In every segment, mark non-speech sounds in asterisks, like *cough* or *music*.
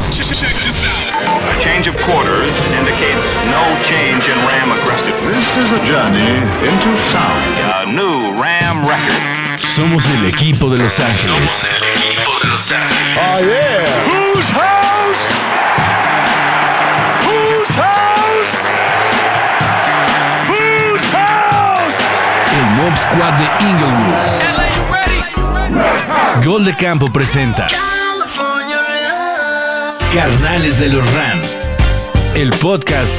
Check this out. A change of quarters indicates no change in RAM aggressiveness. This is a journey into sound. A uh, new RAM record. Somos el equipo de Los Ángeles. Whose house? Whose house? Whose house? El Mob Squad de Inglewood. Gol de Campo presenta. Carnales de los Rams. El podcast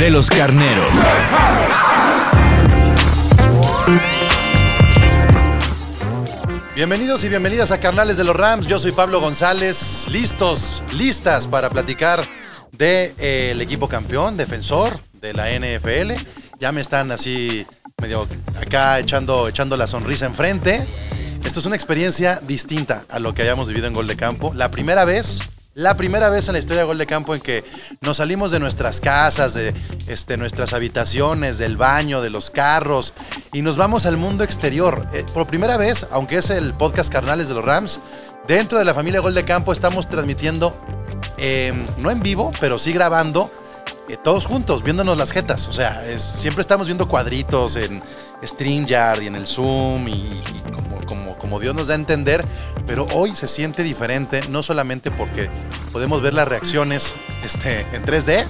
de los carneros. Bienvenidos y bienvenidas a Carnales de los Rams. Yo soy Pablo González. Listos, listas para platicar del de, eh, el equipo campeón, defensor de la NFL. Ya me están así medio acá echando, echando la sonrisa enfrente. Esto es una experiencia distinta a lo que hayamos vivido en Gol de Campo. La primera vez, la primera vez en la historia de Gol de Campo en que nos salimos de nuestras casas, de este, nuestras habitaciones, del baño, de los carros y nos vamos al mundo exterior. Eh, por primera vez, aunque es el podcast Carnales de los Rams, dentro de la familia Gol de Campo estamos transmitiendo, eh, no en vivo, pero sí grabando eh, todos juntos, viéndonos las jetas. O sea, es- siempre estamos viendo cuadritos en StreamYard y en el Zoom y, y como, como, como Dios nos da a entender. Pero hoy se siente diferente, no solamente porque podemos ver las reacciones este, en 3D,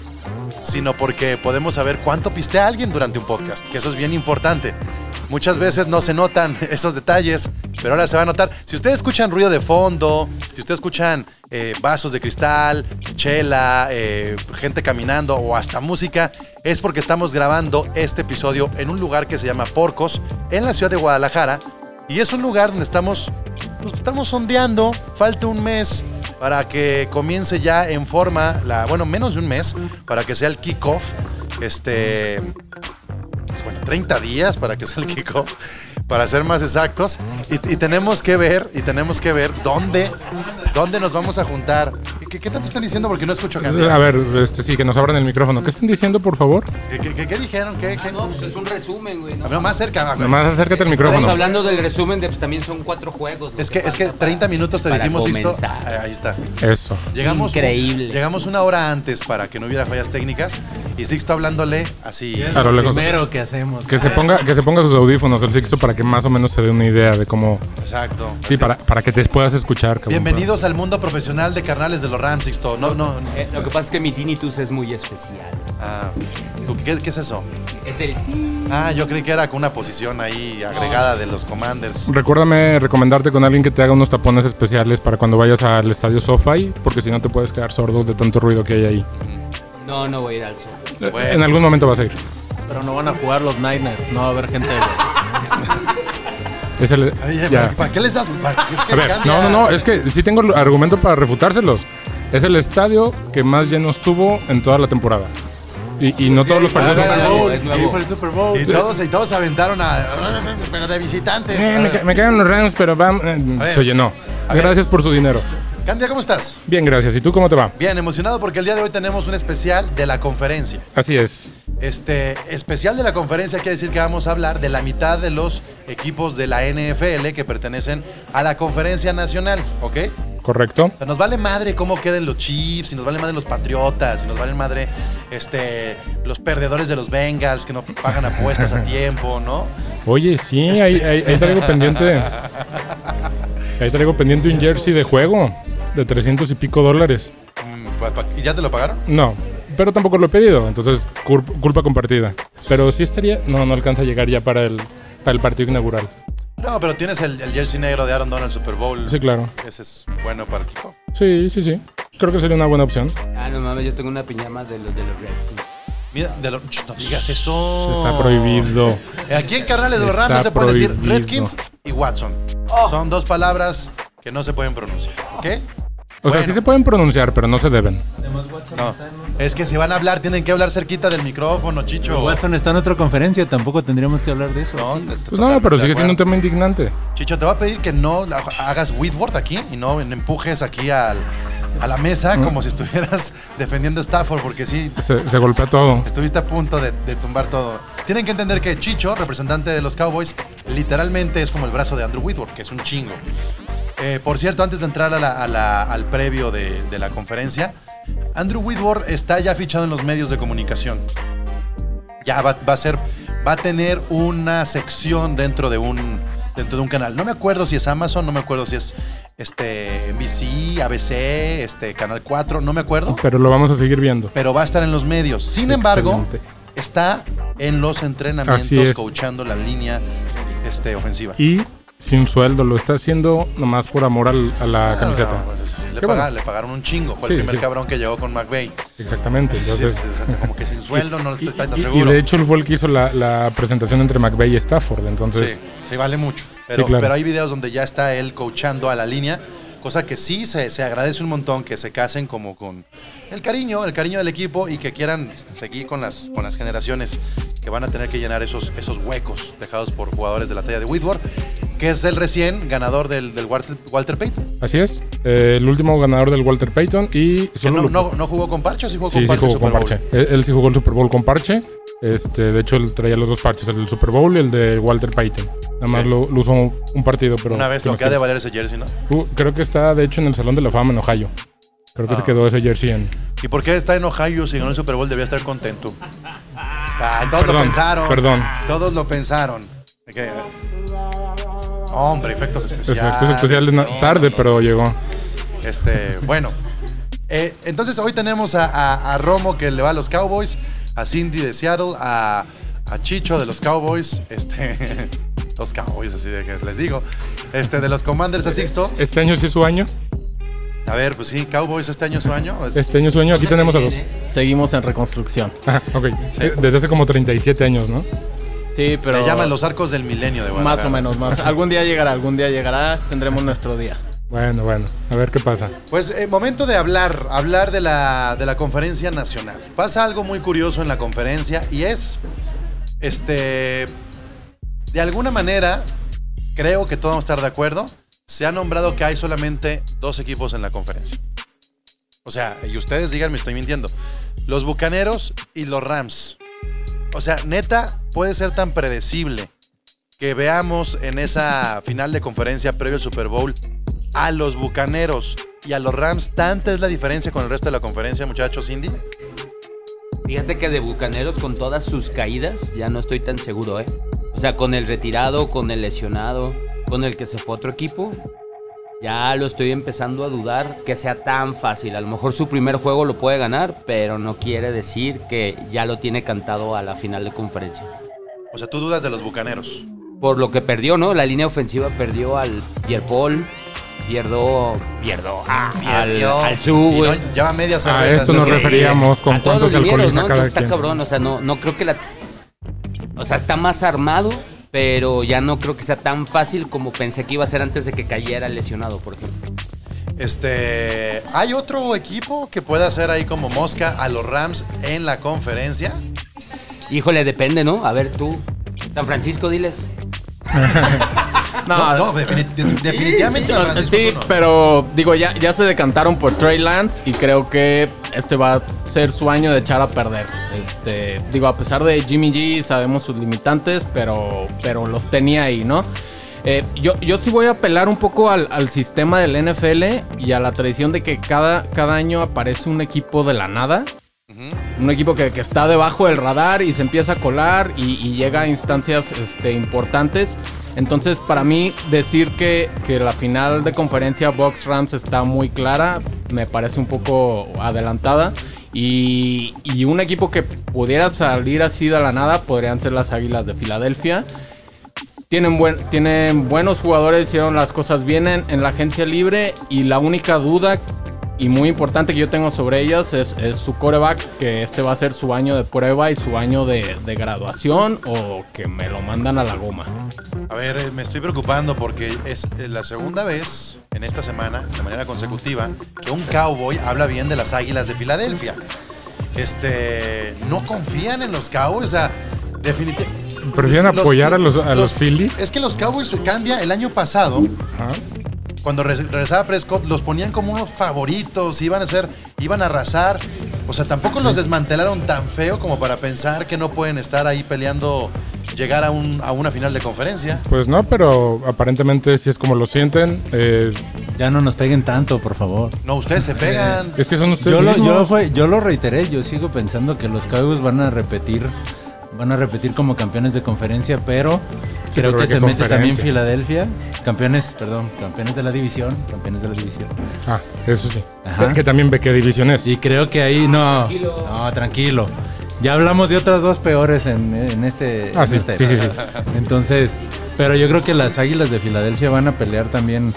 sino porque podemos saber cuánto pistea alguien durante un podcast, que eso es bien importante. Muchas veces no se notan *laughs* esos detalles, pero ahora se va a notar. Si ustedes escuchan ruido de fondo, si ustedes escuchan eh, vasos de cristal, chela, eh, gente caminando o hasta música, es porque estamos grabando este episodio en un lugar que se llama Porcos, en la ciudad de Guadalajara. Y es un lugar donde estamos, pues, estamos sondeando, falta un mes para que comience ya en forma, la, bueno, menos de un mes, para que sea el kickoff. Este, pues, bueno, 30 días para que sea el kickoff, para ser más exactos. Y, y tenemos que ver, y tenemos que ver dónde, dónde nos vamos a juntar. ¿Qué, qué tanto están diciendo? Porque no escucho gente. A ver, este sí, que nos abran el micrófono. ¿Qué están diciendo, por favor? ¿Qué, qué- qué- qué dijeron? ¿Qué, qué? No, pues es un resumen, güey. ¿no? A ver, más cerca, güey. Nomás acércate al Estamos micrófono. hablando del resumen de, pues también son cuatro juegos. lo Es que, es que falta 30 minutos te para dijimos esto. comenzar. Ah, Ahí está. Eso. Llegamos, Increíble. Llegamos una hora antes para que no hubiera fallas técnicas y Sixto hablándole así. A lo lejos. Primero que hacemos. Que se ponga, que se ponga sus audífonos el sexto para que más o menos se dé una idea de cómo. Exacto. Así Sí, es. para, para que te puedas escuchar. cabrón. Bienvenidos al mundo profesional de carnales de los Rams, Sixto. No, no. no. Eh, lo que pasa es que mi tinnitus es muy especial. Ah, ¿tú qué, qué es eso? Es el Ah, yo creí que era con una posición ahí agregada de los Commanders. Recuérdame recomendarte con alguien que te haga unos tapones especiales para cuando vayas al estadio SoFi, porque si no te puedes quedar sordo de tanto ruido que hay ahí. No, no voy a ir al sofá. Eh, Bueno. En algún momento vas a ir. Pero no van a jugar los Night Nights. No va a haber gente. Es el- Oye, ya. ¿para, para qué les das? para- es que A ver, Gandia- no, no, no, es que sí tengo el argumento para refutárselos. Es el estadio que más lleno estuvo en toda la temporada. Y, Pues y no todos los partidos Ah, son ah, tan ah, gol. Es nuevo. el Super Bowl. Y todos, y todos se aventaron a. Pero de visitantes. Eh, me, ca- me caen los Rams, pero vamos. eh, A ver. se llenó. A ver. Gracias por su dinero. Candia, ¿cómo estás? Bien, gracias. ¿Y tú cómo te va? Bien, emocionado porque el día de hoy tenemos un especial de la conferencia. Así es. Este especial de la conferencia quiere decir que vamos a hablar de la mitad de los equipos de la NFL que pertenecen a la conferencia nacional, ¿ok? Correcto. O sea, nos vale madre cómo queden los Chiefs, y nos vale madre los Patriotas, y nos vale madre este, los perdedores de los Bengals que no pagan apuestas *laughs* a tiempo, ¿no? Oye, sí, ahí, ahí, ahí *laughs* traigo pendiente. Ahí traigo pendiente un jersey de juego de 300 y pico dólares. Mm, pa- pa- ¿Y ya te lo pagaron? No, pero tampoco lo he pedido. Entonces, cul- culpa compartida. Pero sí estaría. No, no alcanza a llegar ya para el, para el partido inaugural. No, pero tienes el, el jersey negro de Aaron Donald en el Super Bowl. Sí, claro. Ese es bueno para el equipo. Sí, sí, sí. Creo que sería una buena opción. Ah, no mames, yo tengo una piñama de los de los Redskins. Mira, de lo- Ch, no digas eso. Está prohibido. Aquí en Carnales de los Está Rams no se puede decir prohibido. Redskins y Watson. Son dos palabras que no se pueden pronunciar, ¿ok? O sea, Bueno. sí se pueden pronunciar, pero no se deben. Pues No. Es que si van a hablar, tienen que hablar cerquita del micrófono, Chicho. Watson está en otra conferencia. Tampoco tendríamos que hablar de eso. No, aquí. este, Pues no, totalmente pero de sigue siendo un acuerdo. tema indignante. Chicho, te voy a pedir que no la- hagas Whitworth aquí y no empujes aquí al- a la mesa Mm. como si estuvieras *laughs* defendiendo a Stafford, porque sí, Se, se golpea todo. Estuviste a punto de, de tumbar todo. Tienen que entender que Chicho, representante de los Cowboys, literalmente es como el brazo de Andrew Whitworth, que es un chingo. Eh, por cierto, antes de entrar a la- a la- al previo de, de la conferencia, Andrew Whitworth está ya fichado en los medios de comunicación. Ya va, va a ser, va a tener una sección dentro de un, dentro de un canal. No me acuerdo si es Amazon, no me acuerdo si es este NBC, ABC, este Canal 4, no me acuerdo Pero lo vamos a seguir viendo. pero va a estar en los medios. Sin embargo, Excelente. está en los Así entrenamientos es. coachando la línea este, ofensiva. Y sin sueldo, lo está haciendo nomás por amor al- a la Ah, camiseta. no, pues, le, Qué paga- bueno. le pagaron un chingo. Fue Sí, el primer sí. cabrón que llegó con McVeigh. Exactamente. Entonces, como que sin sueldo, no *laughs* y, está tan y- y seguro. de hecho, él fue el que hizo la, la presentación entre McVeigh y Stafford. Entonces, sí, sí, vale mucho. Pero, claro. pero hay videos donde ya está él coachando a la línea, cosa que sí se, se agradece un montón que se casen como con el cariño, el cariño del equipo y que quieran seguir con las, con las generaciones que van a tener que llenar esos, esos huecos dejados por jugadores de la talla de Whitworth, que es el recién ganador del, del Walter, Walter Payton. así es. Eh, el último ganador del Walter Payton. Y Que solo no, lo- no, no jugó con parche, sí jugó Sí, con sí parche. jugó con Super Bowl. parche. Él, él sí jugó el Super Bowl con parche. Este, de hecho, él traía los dos parches, el del Super Bowl y el de Walter Payton. Nada más Sí. lo, lo usó un partido, pero... Una vez ¿qué lo más que ha de quieres? valer ese jersey, ¿no? Uh, creo que está, de hecho, en el Salón de la Fama en Ohio. Creo Ah. que se quedó ese jersey en... ¿Y por qué está en Ohio si ganó el Super Bowl? Debía estar contento. Ah, todos lo Perdón, pensaron. perdón. Todos lo pensaron. Ok. eh. Hombre, efectos especiales. Efectos especiales na- Pues No, tarde, no, no. pero llegó. Este, bueno. Eh, entonces hoy tenemos a, a- a Romo que le va a los Cowboys, a Cindy de Seattle, a, a Chicho de los Cowboys, este, *laughs* los Cowboys, así de que les digo, este, de los Commanders a Sixto. Este año sí es su año. A ver, pues sí, Cowboys este año es su año. es- Este año es su año. Aquí tenemos a dos. Seguimos en *laughs* reconstrucción. Ajá, ok. Eh, Desde hace como 37 años, ¿no? Sí, pero. le llaman los arcos del milenio de Más Guadalajara. o menos, más. Algún día llegará, algún día llegará. Tendremos nuestro día. Bueno, bueno. A ver qué pasa. Pues eh, momento de hablar, hablar de la, de la conferencia nacional. Pasa algo muy curioso en la conferencia y es, este, de alguna manera, creo que todos vamos a estar de acuerdo, se ha nombrado que hay solamente dos equipos en la conferencia. O sea, y ustedes díganme, estoy mintiendo, los Bucaneros y los Rams. O sea, neta, puede ser tan predecible que veamos en esa final de conferencia previo al Super Bowl a los Bucaneros y a los Rams, tanta es la diferencia con el resto de la conferencia, muchachos, Indy. Fíjate que de Bucaneros con todas sus caídas, ya no estoy tan seguro, ¿eh? O sea, con el retirado, con el lesionado, con el que se fue a otro equipo, ya lo estoy empezando a dudar que sea tan fácil. A lo mejor su primer juego lo puede ganar, pero no quiere decir que ya lo tiene cantado a la final de conferencia. O sea, tú dudas de los Bucaneros. Por lo que perdió, ¿no? La línea ofensiva perdió al Pierre Paul, pierdo, pierdo ah, al, Perdió. al Y Su, no, güey. ya va media cerveza. A esto nos ¿no? referíamos con A todos cuántos los linieros, alcoholes a ¿no? cada Entonces está quien. cabrón, o sea, no, no creo que la... O sea, está más armado, pero ya no creo que sea tan fácil como pensé que iba a ser antes de que cayera lesionado, por ejemplo. Este, ¿Hay otro equipo que pueda hacer ahí como mosca a los Rams en la conferencia? Híjole, depende, ¿no? A ver tú. San Francisco, diles. No, no, defini- de- definitivamente San Francisco Sí, es uno. pero digo, ya, ya se decantaron por Trey Lance y creo que este va a ser su año de echar a perder. Este, digo, a pesar de Jimmy G, sabemos sus limitantes, pero, pero los tenía ahí, ¿no? Eh, yo, yo sí voy a apelar un poco al, al sistema del NFL y a la tradición de que cada, cada año aparece un equipo de la nada. Un equipo que, que está debajo del radar y se empieza a colar y, y llega a instancias este, importantes. Entonces, para mí, decir que, que la final de conferencia Box Rams está muy clara, me parece un poco adelantada. Y, y un equipo que pudiera salir así de la nada podrían ser las Águilas de Filadelfia. Tienen, buen, tienen buenos jugadores, hicieron las cosas bien en, en la agencia libre y la única duda y muy importante que yo tengo sobre ellas es, es su coreback, que este va a ser su año de prueba y su año de, de graduación o que me lo mandan a la goma. A ver, eh, me estoy preocupando porque es eh, la segunda vez en esta semana, de manera consecutiva, que un cowboy habla bien de las águilas de Filadelfia. Este. No confían en los cowboys, o sea, definitivamente. Prefieren Los- apoyar a los, a los, Phillies. Es que los Cowboys cambia el año pasado. Ajá. Cuando re- regresaba Prescott, los ponían como unos favoritos, iban a ser, iban a arrasar. O sea, tampoco los desmantelaron tan feo como para pensar que no pueden estar ahí peleando, llegar a, un, a una final de conferencia. Pues no, pero aparentemente sí es como lo sienten. Eh, Ya no nos peguen tanto, por favor. No, ustedes se pegan. Es que son ustedes Yo lo, mismos. yo, lo fue- yo lo reiteré, yo sigo pensando que los Cowboys van a repetir, van a repetir como campeones de conferencia, pero Sí, creo pero que ¿de se qué mete también conferencia? Filadelfia, campeones, perdón, campeones de la división, campeones de la división. Ah, eso sí. Ajá. Que- Que también ve qué división es. Y creo que ahí no, no, tranquilo. Ya hablamos de otras dos peores en, en este. Ah, en sí, esta sí, sí, era. *laughs* Entonces, pero yo creo que las Águilas de Filadelfia van a pelear también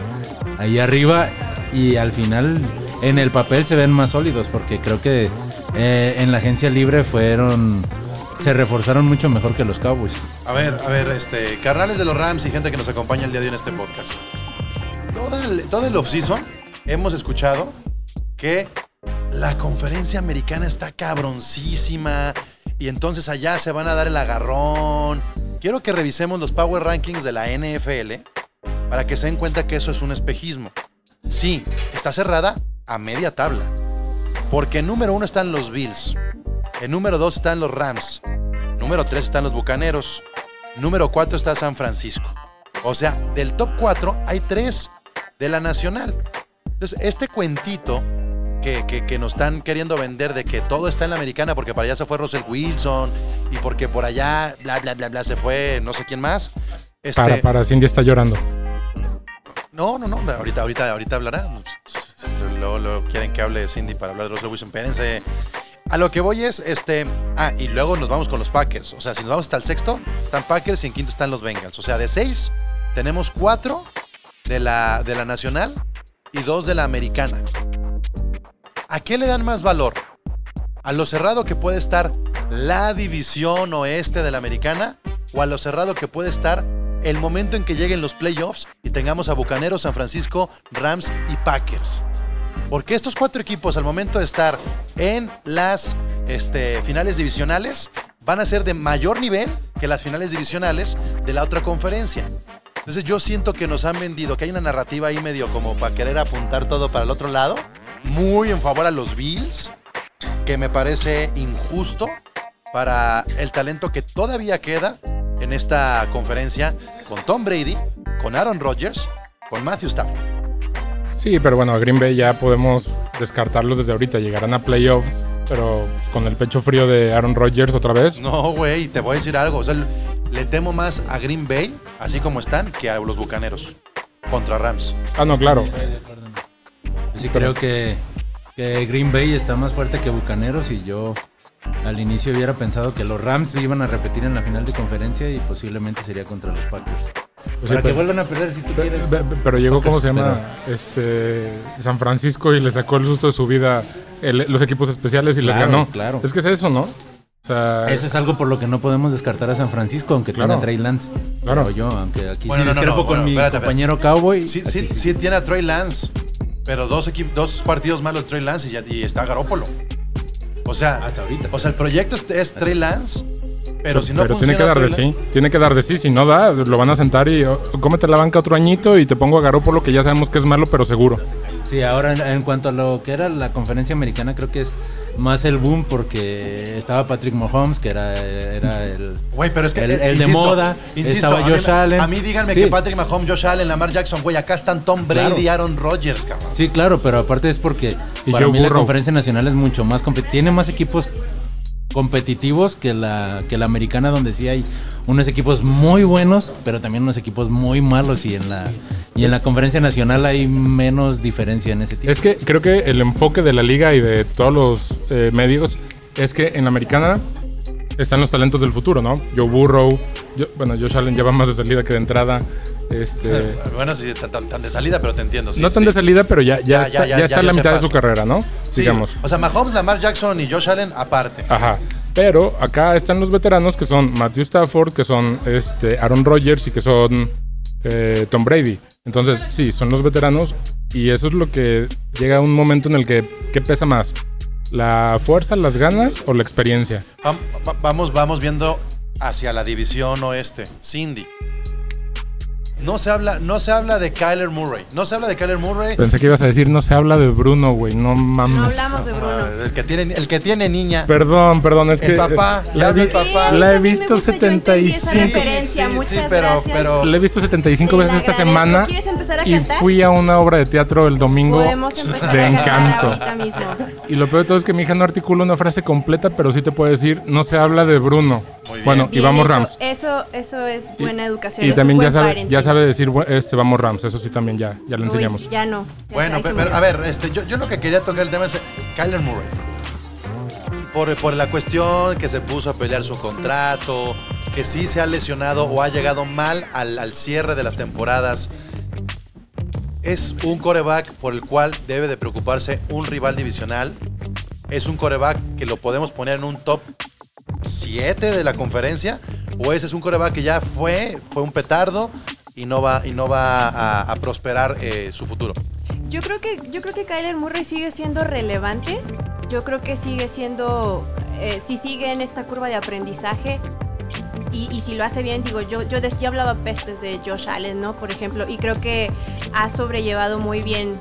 ahí arriba y al final en el papel se ven más sólidos porque creo que eh, en la agencia libre fueron se reforzaron mucho mejor que los Cowboys. A ver, a ver, este, carnales de los Rams y gente que nos acompaña el día de hoy en este podcast. Todo el, todo el off-season hemos escuchado que la conferencia americana está cabroncísima y entonces allá se van a dar el agarrón. Quiero que revisemos los Power Rankings de la NFL para que se den cuenta que eso es un espejismo. Sí, está cerrada a media tabla. Porque en número uno están los Bills, en número dos están los Rams, número tres están los Bucaneros, número cuatro está San Francisco. O sea, del top cuatro hay tres de la nacional. Entonces, este cuentito que, que- que nos están queriendo vender de que todo está en la americana porque para allá se fue Russell Wilson y porque por allá, bla, bla, bla, bla, se fue no sé quién más. Este, Para, para, Cindy está llorando. no, no, no. Ahorita, ahorita, ahorita hablará. Luego, luego quieren que hable Cindy para hablar de Russell Wilson. Espérense. eh. A lo que voy es, este. Ah, y luego nos vamos con los Packers. O sea, si nos vamos hasta el sexto, están Packers y en quinto están los Bengals. O sea, de seis, tenemos cuatro de la, de la nacional y dos de la americana. ¿A qué le dan más valor? ¿A lo cerrado que puede estar la división oeste de la americana? ¿O a lo cerrado que puede estar el momento en que lleguen los playoffs y tengamos a Bucaneros, San Francisco, Rams y Packers? Porque estos cuatro equipos al momento de estar en las este, finales divisionales van a ser de mayor nivel que las finales divisionales de la otra conferencia. Entonces yo siento que nos han vendido, que hay una narrativa ahí medio como para querer apuntar todo para el otro lado, muy en favor a los Bills, que me parece injusto para el talento que todavía queda en esta conferencia con Tom Brady, con Aaron Rodgers, con Matthew Stafford. Sí, pero bueno, a Green Bay ya podemos descartarlos desde ahorita. Llegarán a playoffs, pero pues, con el pecho frío de Aaron Rodgers otra vez. No, güey, te voy a decir algo. O sea, le temo más a Green Bay, así como están, que a los Bucaneros contra Rams. Ah, no, claro. Yo sí creo que, que Green Bay está más fuerte que Bucaneros y yo al inicio hubiera pensado que los Rams iban a repetir en la final de conferencia y posiblemente sería contra los Packers. Pues sí, Para que pero- vuelvan a perder si tú Pe- quieres. pe- Pero llegó, ¿cómo se llama? Este, San Francisco y le sacó el susto de su vida el- los equipos especiales y les Claro, ganó. claro. Es que es eso, ¿no? O sea, Eso es algo por lo que no podemos descartar a San Francisco, aunque Claro. tenga Trey Lance. Claro. Creo yo, aunque aquí Bueno, sí no, no, discrepo con no, bueno, mi espérate, compañero Cowboy. Sí, aquí sí, sí tiene a Trey Lance, pero dos, equi- dos partidos malos Trey Lance y, ya- y está Garópolo. O sea, Hasta ahorita. o sea, el proyecto es, es Trey Lance, pero si no tiene funciona que dar de Trey Lance- sí. Tiene que dar de sí. Si no da, lo van a sentar y oh, cómete la banca otro añito y te pongo a Garoppolo, que ya sabemos que es malo, pero seguro. Sí, ahora en, en cuanto a lo que era la conferencia americana, creo que es más el boom porque estaba Patrick Mahomes, que era, era el, Güey, pero es que el, eh, el de insisto, moda. insisto, estaba a mí Josh me- Allen. A mí díganme Sí. que Patrick Mahomes, Josh Allen, Lamar Jackson, güey, acá están Tom Brady Claro. y Aaron Rodgers, cabrón. Sí, claro, pero aparte es porque Y para Joe mí la Burrow. conferencia nacional es mucho más competitiva. Tiene más equipos competitivos que la, que la americana, donde sí hay unos equipos muy buenos, pero también unos equipos muy malos. Y en la, y en la conferencia nacional hay menos diferencia en ese tipo. Es que creo que el enfoque de la liga y de todos los eh, medios es que en la americana están los talentos del futuro, ¿no? Joe Burrow, yo- bueno, Josh Allen ya va más de salida que de entrada. Este, Bueno, sí, tan, tan- tan de salida, pero te entiendo. Ah, sí, no tan sí. de salida, pero ya, Ya, ya, está, ya, ya, ya está ya a la se mitad de pasa. su carrera, ¿no? Sí, Digamos. Ah. O sea, Mahomes, Lamar Jackson y Josh Allen aparte. Ajá. Pero acá están los veteranos que son Matthew Stafford, que son este, Aaron Rodgers y que son eh, Tom Brady. Entonces, sí, son los veteranos y eso es lo que llega a un momento en el que ¿qué pesa más? ¿La fuerza, las ganas o la experiencia? Vam- va- Vamos, vamos viendo hacia la división oeste. Cindy. No se habla, no se habla de Kyler Murray. No se habla de Kyler Murray. Pensé que ibas a decir, no se habla de Bruno, güey. No mames. No hablamos de Bruno. Ah, El que tiene, el que tiene niña. Perdón, perdón, es El que. eh, papá, La, habla vi- el papá. la he A mí me visto gusta, yo entendí esa 75. referencia, Sí, sí, muchas pero- gracias. pero- La he visto 75 Te veces la esta agradezco. semana. ¿Quieres empezar a Y cantar? fui a una obra de teatro el domingo Podemos empezar de a cantar encanto. ahorita mismo. Y lo peor de todo es que mi hija no articula una frase completa, pero sí te puede decir, no se habla de Bruno. Bueno, y Bien vamos hecho. Rams. Eso, eso es buena educación. Y eso también es ya buen sabe, parenting. ya sabe decir, bu- este, vamos Rams. Eso sí también ya, ya lo Uy, enseñamos. ya no. Ya Bueno, ahí se pe- pero, murió. a ver, este, yo, yo lo que quería tocar el tema es eh, Kyler Murray. Por, por la cuestión que se puso a pelear su contrato, que sí se ha lesionado o ha llegado mal al, al cierre de las temporadas. Es un coreback por el cual debe de preocuparse un rival divisional. Es un coreback que lo podemos poner en un top 7 de la conferencia. O ese es un coreback que ya fue, fue un petardo y no va, y no va a, a prosperar eh, su futuro. Yo creo que yo creo que Kyler Murray sigue siendo relevante. Yo creo que sigue siendo eh, si sigue en esta curva de aprendizaje y, y si lo hace bien, digo, yo yo, des- yo hablaba pestes de Josh Allen, ¿no? Por ejemplo, y creo que ha sobrellevado muy bien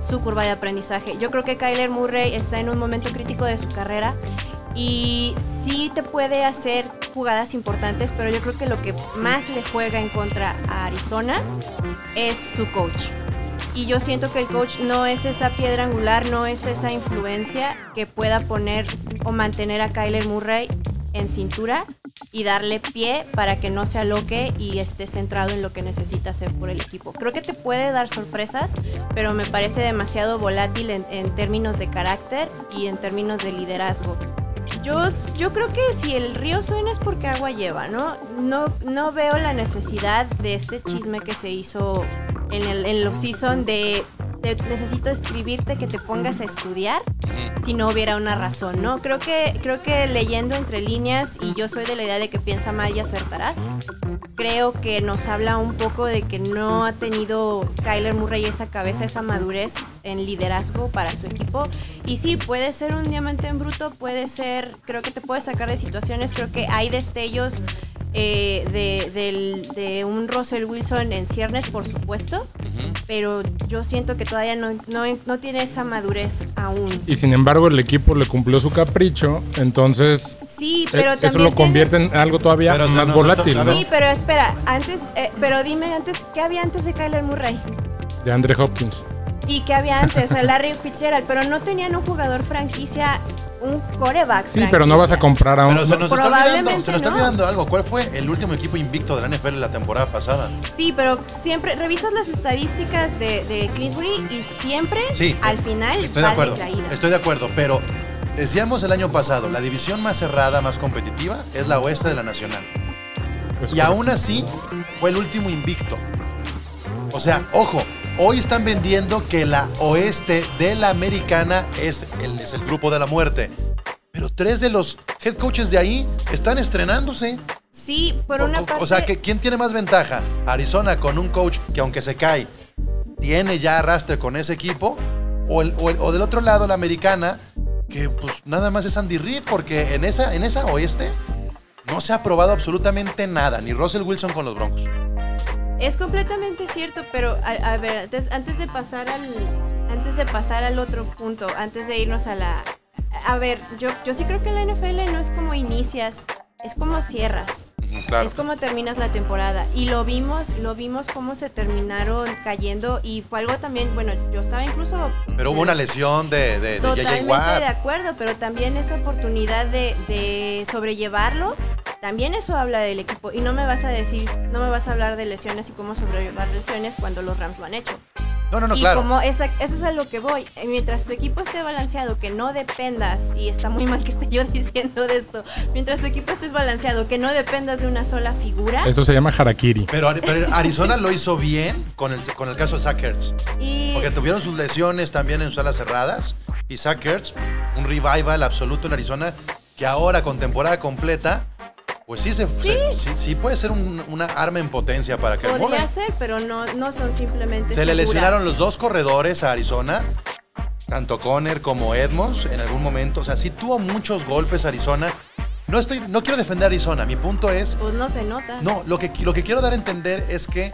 su curva de aprendizaje. Yo creo que Kyler Murray está en un momento crítico de su carrera y sí te puede hacer jugadas importantes, pero yo creo que lo que más le juega en contra a Arizona es su coach. Y yo siento que el coach no es esa piedra angular, no es esa influencia que pueda poner o mantener a Kyler Murray en cintura y darle pie para que no se aloque y esté centrado en lo que necesita hacer por el equipo. Creo que te puede dar sorpresas, pero me parece demasiado volátil en, en términos de carácter y en términos de liderazgo. Yo, yo creo que si el río suena es porque agua lleva, ¿no? No, no veo la necesidad de este chisme que se hizo en el, en el off-season de, de necesito escribirte que te pongas a estudiar si no hubiera una razón, ¿no? Creo que, creo que leyendo entre líneas, y yo soy de la idea de que piensa mal y acertarás, creo que nos habla un poco de que no ha tenido Kyler Murray esa cabeza, esa madurez en liderazgo para su equipo. Y sí, puede ser un diamante en bruto, puede ser, creo que te puede sacar de situaciones, creo que hay destellos eh, de, del- de un Russell Wilson en ciernes, por supuesto, pero yo siento que todavía no, no, no tiene esa madurez aún. Y sin embargo, el equipo le cumplió su capricho, entonces Sí, eh, pero también eso lo tienes- convierte en algo todavía Pero se más nos volátil, está- ¿no? Sí, pero espera, antes, eh, pero dime antes, ¿qué había antes de Kyler Murray? De Andre Hopkins. ¿Y qué había antes? El Larry Fitzgerald, pero no tenían un jugador franquicia, un coreback. Sí, pero no vas a comprar a un. Pero se nos está olvidando, se Probablemente nos está no. olvidando algo. ¿Cuál fue el último equipo invicto de la NFL la temporada pasada? Sí, pero siempre revisas las estadísticas de, de Kingsbury y siempre Sí. al final Estoy de va acuerdo. decaída. Estoy de acuerdo, pero decíamos el año pasado, la división más cerrada, más competitiva, es la oeste de la nacional. Es Y aún así, fue el último invicto. O sea, ojo, hoy están vendiendo que la oeste de la americana es el, es el grupo de la muerte. Pero tres de los head coaches de ahí están estrenándose. Sí, por O- una o, parte. o sea, que ¿quién tiene más ventaja? Arizona con un coach que aunque se cae, tiene ya arrastre con ese equipo. O, el- o el- o del otro lado, la americana, que pues nada más es Andy Reid, porque en esa, en esa oeste no se ha probado absolutamente nada, ni Russell Wilson con los Broncos. Es completamente cierto, pero a, a ver, antes, antes de pasar al antes de pasar al otro punto, antes de irnos a la a ver, yo yo sí creo que la NFL no es como inicias, es como cierras. Es como terminas la temporada y lo vimos, lo vimos cómo se terminaron cayendo y fue algo también, bueno, yo estaba incluso Pero hubo una lesión de, de, de J.J. Totalmente de Watt. acuerdo, pero también esa oportunidad de, de sobrellevarlo, también eso habla del equipo. Y no me vas a decir, no me vas a hablar de lesiones y cómo sobrellevar lesiones cuando los Rams lo han hecho. No, no, no, y claro. como esa, eso es a lo que voy. Eh, Mientras tu equipo esté balanceado, que no dependas, y está muy *laughs* mal que esté yo diciendo de esto, mientras tu equipo estés balanceado, que no dependas de una sola figura. Eso se llama Harakiri. Pero, Ari- *laughs* pero Arizona lo hizo bien con el, con el caso de Zach Ertz. y Porque tuvieron sus lesiones también en sus alas cerradas. Y Zach Ertz, un revival absoluto en Arizona, que ahora con temporada completa, pues sí, se, se- sí, sí puede ser un- una arma en potencia para que el podría ser, pero no, no son simplemente. Se le figuras. lesionaron los dos corredores a Arizona, tanto Conner como Edmonds en algún momento. O sea, sí tuvo muchos golpes Arizona. No, estoy, no quiero defender a Arizona, mi punto es Pues no se nota. no, lo que, lo que quiero dar a entender es que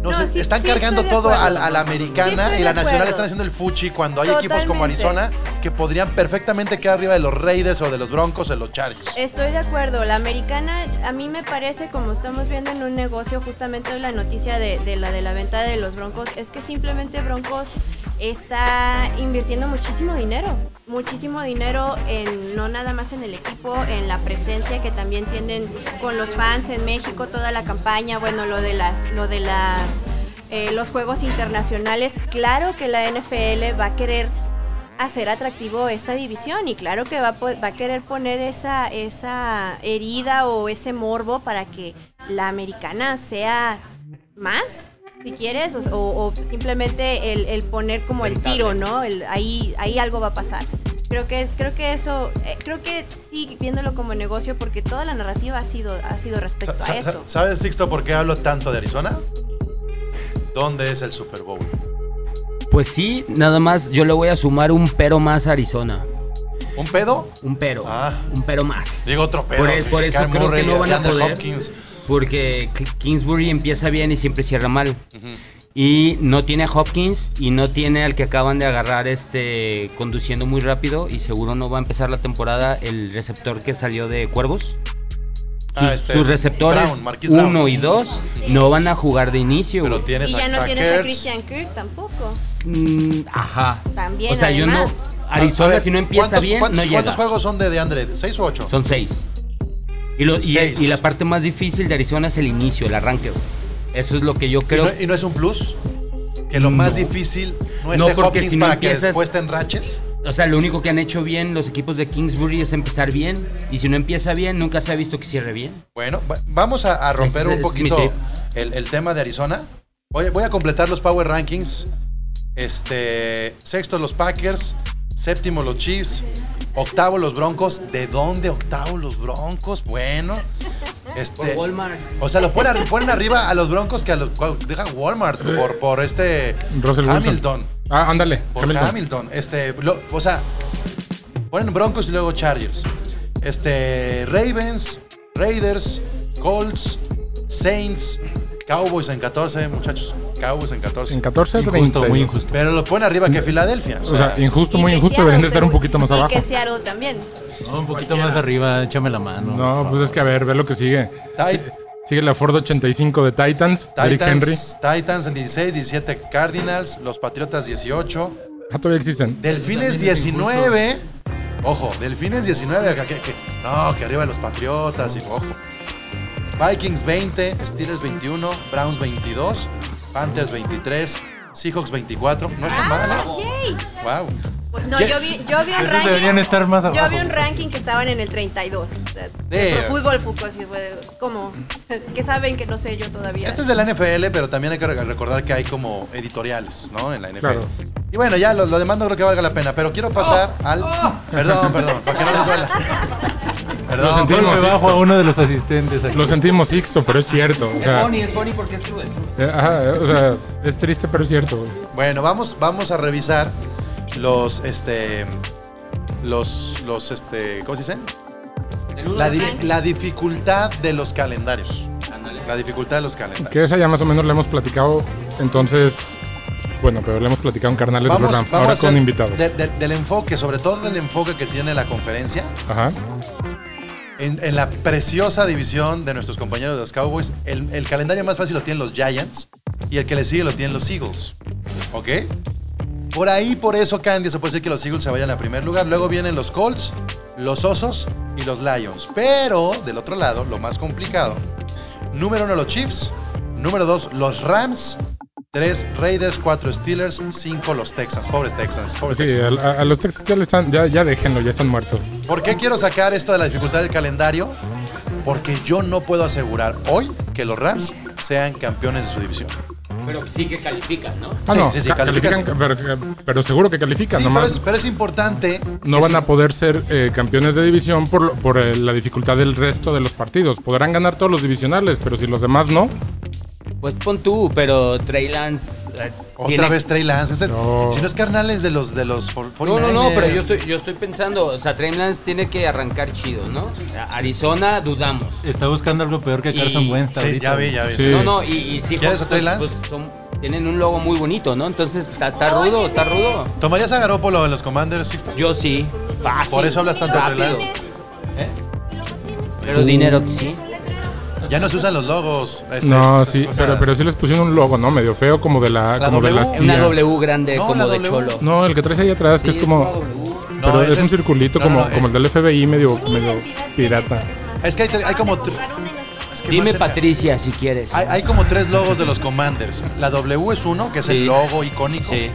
Nos No, sí- están sí cargando estoy de todo al, acuerdo. a la Sí americana estoy y de la nacional acuerdo. están haciendo el fuchi cuando hay equipos como Totalmente. Arizona que podrían perfectamente quedar arriba de los Raiders o de los Broncos o de los Chargers. Estoy de acuerdo, la americana a mí me parece, como estamos viendo en un negocio, justamente hoy la noticia de, de la de la venta de los Broncos, es que simplemente Broncos está invirtiendo muchísimo dinero, muchísimo dinero en no nada más en el equipo, en la presencia que también tienen con los fans en México, toda la campaña, bueno, lo de las, lo de las eh, los juegos internacionales, claro que la NFL va a querer hacer atractivo esta división y claro que va a, po- va a querer poner esa, esa herida o ese morbo para que la americana sea más, si quieres, o, o- o simplemente el, el poner como el tiro, ¿no? El- ahí, ahí algo va a pasar. Creo que, creo que eso, eh, creo que sí, viéndolo como negocio, porque toda la narrativa ha sido, ha sido Sa- respecto a sa- sa- eso. ¿Sabes, Sixto, por qué hablo tanto de Arizona? ¿Dónde es el Super Bowl? Pues sí, nada más yo le voy a sumar un pero más a Arizona. ¿Un pedo? Un pero. Ah. Un pero más. Digo otro pedo. Por, e- por eso Kyle creo Murray, que no van a DeAndre poder. Hopkins. Porque K- Kingsbury empieza bien y siempre cierra mal. Y no tiene a Hopkins y no tiene al que acaban de agarrar este conduciendo muy rápido y seguro no va a empezar la temporada el receptor que salió de Cuervos. Sus, Ah, este, sus receptores Brown, Marquise Brown. 1 y 2 no van a jugar de inicio. Pero güey. tienes Y a ya no Zach tienes a Ertz. Christian Kirk tampoco. Mm, ajá. También, O sea, además. yo no. A- a Arizona, ver, si no empieza ¿cuántos- bien, ¿cuántos, no llega. ¿Cuántos juegos son de DeAndre? ¿Seis o ocho? Son seis. Y, lo- y- Seis. y la parte más difícil de Arizona es el inicio, el arranque. güey. Eso es lo que yo ¿Y, creo. no, y no es un plus? Que lo más No. difícil no No, esté porque Hopkins si no para empiezas- que después te enraches. O sea, lo único que han hecho bien los equipos de Kingsbury es empezar bien. Y si no empieza bien, nunca se ha visto que cierre bien. Bueno, va- vamos a, a romper Ese un es poquito mi tip. el, el tema de Arizona. Voy, a- voy a completar los Power Rankings. Este, sexto los Packers, séptimo los Chiefs, octavo los Broncos. ¿De dónde octavo los Broncos? Bueno, este, o sea, los ponen, ar- ponen arriba a los Broncos que a los cual- deja Walmart por, por este Russell Wilson. Hamilton. Ah, ándale. Por Hamilton. Hamilton. Este, lo- o sea, ponen Broncos y luego Chargers. Este, Ravens, Raiders, Colts, Saints, Cowboys en 14, muchachos. Cowboys en 14. En 14 Injusto, 32. muy injusto. Pero los ponen arriba que Filadelfia. O sea, injusto, Y muy que injusto. Seattle Deberían de estar un seguro- poquito más abajo. Y que Seattle también. No, un poquito más arriba, échame la mano. No, pues es que a ver, ve lo que sigue. Ti- Sigue la Ford 85 de Titans, Derrick Henry. Titans, Titans en 16, 17 Cardinals, los Patriotas 18, Ah, todavía existen. Delfines También es 19. Ojo, Delfines 19. acá que- que- no, que arriba los Patriotas y ojo. Vikings 20, Steelers 21, Browns 22, Panthers 23, Seahawks 24. No está mal, ¿eh? ¡Yay! Wow. Pues, No, ¿Qué? yo vi, yo vi un Esos ranking. deberían estar más Yo abajo, vi un pues, ranking que estaban en el 32. O sea, de Sí. Pro fútbol, Foucault, sí, fue de- *laughs* ¿cómo? que saben que no sé yo todavía. Este es de la NFL, pero también hay que re- recordar que hay como editoriales, ¿no? En la NFL. Claro. Y bueno, ya lo, lo demás no creo que valga la pena, pero quiero pasar Oh. al. Perdón, perdón, para que no les duela. Lo Perdón, sentimos, Golpe bajo a Sixto. uno de los asistentes aquí. Lo sentimos, Sixto, pero es cierto. O sea, es funny porque es true, es true. eh, ajá, eh, o sea, es triste, pero es cierto. güey. Bueno, vamos, vamos a revisar los, este, los, los, este, ¿cómo se dicen? La, di- la dificultad de los calendarios. La dificultad de los calendarios. Que esa ya más o menos la hemos platicado. Entonces, bueno, pero la hemos platicado en carnales de los Rams. vamos a Ahora hacer con invitados. de- de- del enfoque, sobre todo del enfoque que tiene la conferencia, Ajá. en, en la preciosa división de nuestros compañeros de los Cowboys, el, el calendario más fácil lo tienen los Giants y el que le sigue lo tienen los Eagles. ¿Ok? Por ahí, por eso, Candy, se puede decir que los Eagles se vayan a primer lugar. Luego vienen los Colts, los Osos y los Lions. Pero, del otro lado, lo más complicado. Número uno, los Chiefs. Número dos, los Rams. Tres, Raiders. Cuatro, Steelers. Cinco, los Texans. Pobres Texans. Pobres pues Sí, Texans. a, a- a los Texans ya, le están, ya, ya déjenlo, ya están muertos. ¿Por qué quiero sacar esto de la dificultad del calendario? Porque yo no puedo asegurar hoy que los Rams sean campeones de su división. Pero sí que califican, ¿no? Ah, Sí, no, sí, sí, ca- califican. califican, pero, pero seguro que califican, Sí, pero nomás. es, pero es importante. no que van sí- a poder ser eh, campeones de división por, lo- por eh, la dificultad del resto de los partidos. Podrán ganar todos los divisionales, pero si los demás no, Pues pon tú, pero Trey Lance. eh, Otra tiene- vez Trey Lance. Ese- No. Si no es carnales de los, de los for- No, no, 49ers. no, pero yo estoy, yo estoy pensando, o sea, Trey Lance tiene que arrancar chido, ¿no? Arizona, dudamos. Está buscando algo peor que Y- Carson Wentz Sí, ahorita. ya vi, ya vi. Sí. No, no, y, y sí, ¿Quieres a Trey pues, Lance? pues, son- tienen un logo muy bonito, ¿no? Entonces, está está rudo, está rudo. ¿Tomarías a Garópolo en los Commanders, Sixto? Yo sí, fácil. Por eso hablas tanto de Trey rápido. Lance. ¿Eh? Luego tienes Pero dinero, Uh, sí. un letrero. Ya no se usan los logos. este, No, es- es sí, cosa- pues, pero, pero sí les pusieron un logo, ¿no? Medio feo, como de la, ¿La como de W? la Una CIA. W grande No, como la de W. cholo. No, el que traes ahí atrás, que Sí, es como. No, Pero ese es un circulito no, como, no, eh. como el del FBI, medio, Una medio identidad tienes, pirata. es más, Es que hay tre- hay como te tre- compraron en estos- es que más Dime cerca. ah, Patricia si quieres. Hay, hay como tres logos de los Commanders. La W es uno, que es Sí. el logo icónico. Sí.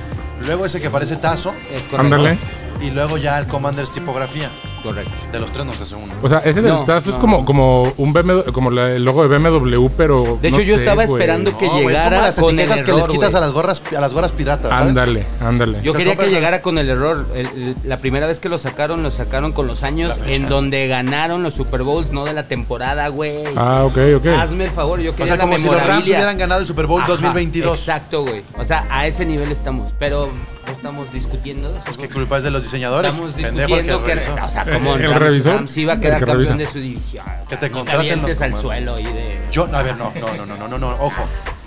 Luego ese que parece tazo. Es correcto. Ándale. Y luego ya el Commanders tipografía. Correcto. De los tres nos hace uno. Pues O sea, ese del No, tazo es no. como, como un BMW, como la- el logo de BMW, pero. De hecho, no yo sé, estaba güey. esperando que No, güey, es como llegara las con el etiquetas que les error, quitas güey. a las, gorras, a las gorras piratas. ¿sabes? Ándale, ándale. Yo Te quería que compras la- llegara con el error. El- el- la primera vez que lo sacaron, lo sacaron con los años La fecha. en donde ganaron los Super Bowls, no de la temporada, güey. Ah, ok, ok. Hazme el favor, yo O quería sea, como la si los Rams memorabilia. hubieran ganado el Super Bowl Ajá, 2022. Exacto, güey. O sea, a ese nivel estamos, pero no estamos discutiendo de eso. Pues güey. ¿Qué culpa es de los diseñadores? Estamos Pendejo el que discutiendo que, revisó. o sea, como ¿El Rams- revisor? Rams iba a El quedar que campeón revisa. de su división. o Que sea, te no contraten los avientes al comandos. suelo y de Yo, a ver, no, no, no, no, no, no, no, ojo.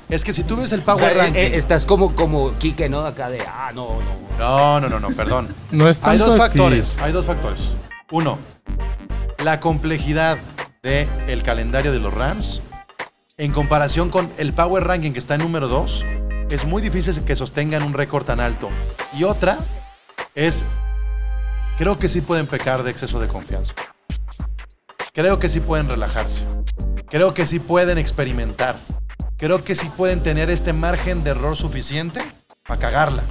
Es que si tú ves el O sea, Power eh, Ah, Ranking. eh, estás como como Quique, ¿no? Acá de, ah, no, no. No, no, no, no, perdón. No es Hay Pues tanto dos así. factores, hay dos factores. Uno, la complejidad del el calendario de los Rams en comparación con el Power Ranking que está en número 2, es muy difícil que sostengan un récord tan alto. Y otra es, creo que sí pueden pecar de exceso de confianza. Creo que sí pueden relajarse. Creo que sí pueden experimentar. Creo que sí pueden tener este margen de error suficiente para cagarla.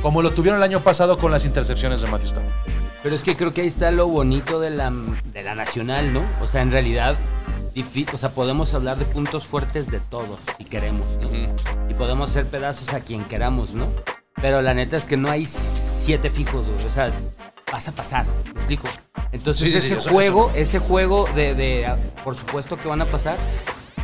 Como lo tuvieron el año pasado con las intercepciones de Matthew Stafford. Pero es que creo que ahí está lo bonito de la, de la nacional, ¿no? O sea, en realidad, difi- o sea, podemos hablar de puntos fuertes de todos, si queremos, ¿no? Y podemos hacer pedazos a quien queramos, ¿no? Pero la neta es que no hay siete fijos, güey. O sea, vas a pasar, ¿me explico? Entonces Sí, sí, sí, ese eso- juego, ese juego de, de, ah, por supuesto que van a pasar,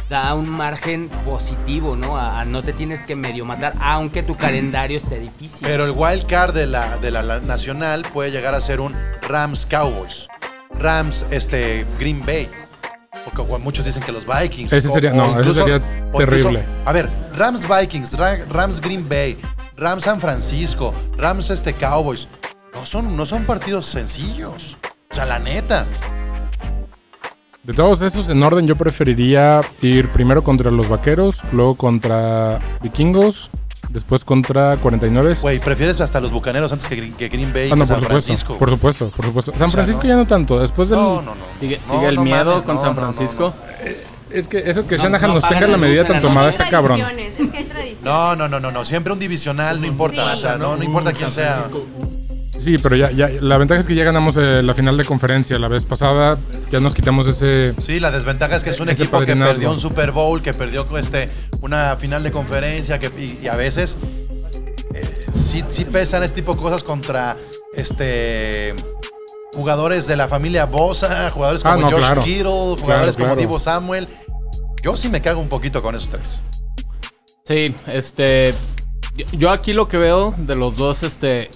da un margen positivo, ¿no? A, a no te tienes que medio matar, aunque tu calendario esté difícil. Pero el wild card de la, de la la- nacional puede llegar a ser un Rams Cowboys. Rams este, Green Bay. Porque bueno, muchos dicen que los Vikings. Ese sería- no, ese sería o incluso- terrible. a ver, Rams Vikings, Ra- Rams Green Bay, Rams San Francisco, Rams este, Cowboys. No son, no son partidos sencillos. O sea, la neta. De todos esos en orden, yo preferiría ir primero contra los vaqueros, luego contra vikingos, después contra 49. Güey, prefieres hasta los bucaneros antes que, Green- que Green Bay y Ah, no, que San por Francisco. supuesto. Por supuesto, por supuesto. sea, San Francisco no. ya no tanto. Después del. No, no, no. Sigue, No, sigue el no miedo mames, con no, San no, no, no. Francisco. Es que eso que No, Shanahan no nos pagan tenga la la luz medida en la tan noche. tomada Hay está cabrón. tradiciones, Es que hay tradiciones. No, no, no, no, no. Siempre un divisional, no importa. Sí. O sea, no, no importa quién sea. Sí, pero ya, ya- la ventaja es que ya ganamos eh, la final de conferencia la vez pasada. Ya nos quitamos ese. Sí, la desventaja es que es un Ese equipo que padrinazgo. perdió un Super Bowl, que perdió este, una final de conferencia, que, y, y a veces eh, sí, sí pesan este tipo de cosas contra este jugadores de la familia Bosa, jugadores Ah, como no, George claro. Kittle, jugadores como claro. Divo Samuel. Yo sí me cago un poquito con esos tres. Sí, este. yo- Yo aquí lo que veo de los dos, este.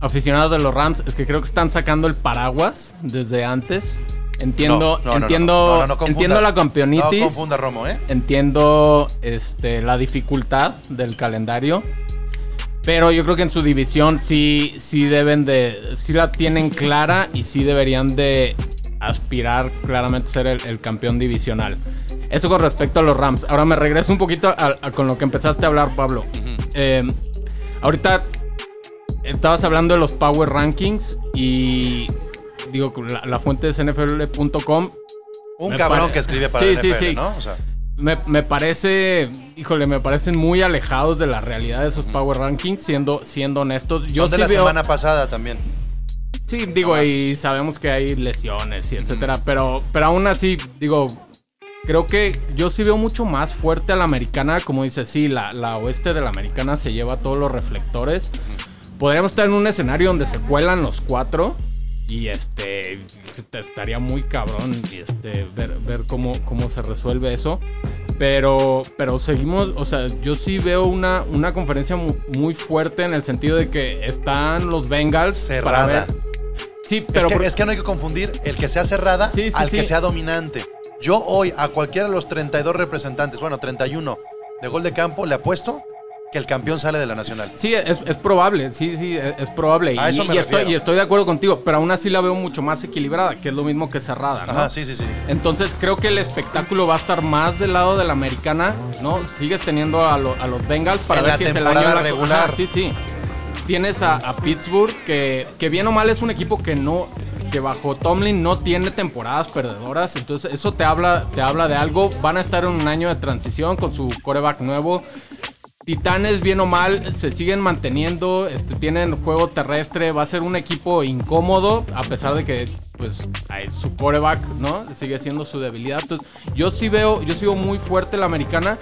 Aficionados de los Rams es que creo que están sacando el paraguas desde antes. Entiendo, entiendo, no, no, no confundas. entiendo la campeonitis. No confunda Romo, ¿eh? entiendo este, la dificultad del calendario. Pero yo creo que en su división sí, sí deben de. sí la tienen clara y sí deberían de aspirar claramente a ser el, el campeón divisional. Eso con respecto a los Rams. Ahora me regreso un poquito a- a- con lo que empezaste a hablar, Pablo. Eh, ahorita estabas hablando de los Power Rankings y. Digo, la, la fuente es nfl.com Un Me cabrón pare- que escribe para Sí, el sí, NFL, sí. ¿no? O sea, me, me parece, híjole, me parecen muy alejados de la realidad de esos Power Rankings, siendo, siendo honestos. Yo son de sí la veo- semana pasada también. Sí, digo, nomás. y sabemos que hay lesiones y etcétera, pero, pero aún así, digo, creo que yo sí veo mucho más fuerte a la americana, como dice, sí, la, la oeste de la americana se lleva todos los reflectores. Podríamos estar en un escenario donde se cuelan los cuatro y este estaría muy cabrón y este, ver, ver cómo, cómo se resuelve eso. Pero, pero seguimos, o sea, yo sí veo una, una conferencia mu- muy, fuerte en el sentido de que están los Bengals Cerrada. para ver. Sí, pero es, que, por- es que no hay que confundir el que sea cerrada Sí, sí, al que sí. sea dominante. Yo hoy a cualquiera de los 32 representantes, bueno, 31 de gol de campo, le apuesto que el campeón sale de la nacional. sí es, es probable, sí, sí, e, es, es probable. A y, eso me y estoy, refiero. y estoy de acuerdo contigo, pero aún así la veo mucho más equilibrada, que es lo mismo que cerrada, ¿no? Ajá, sí, sí, sí. Entonces creo que el espectáculo va a estar más del lado de la americana, ¿no? Sigues teniendo a, lo- a los Bengals para En ver la si es el año temporada de la- regular. Ajá, sí, sí. Tienes a, a Pittsburgh, que, que bien o mal es un equipo que no que bajo Tomlin no tiene temporadas perdedoras, entonces eso te habla, te habla de algo. Van a estar en un año de transición con su coreback nuevo. Titanes, bien o mal, se siguen manteniendo, este, tienen juego terrestre, va a ser un equipo incómodo, a pesar de que pues ahí su coreback, ¿no? Sigue siendo su debilidad. Entonces, yo sí veo, yo sigo muy fuerte la americana.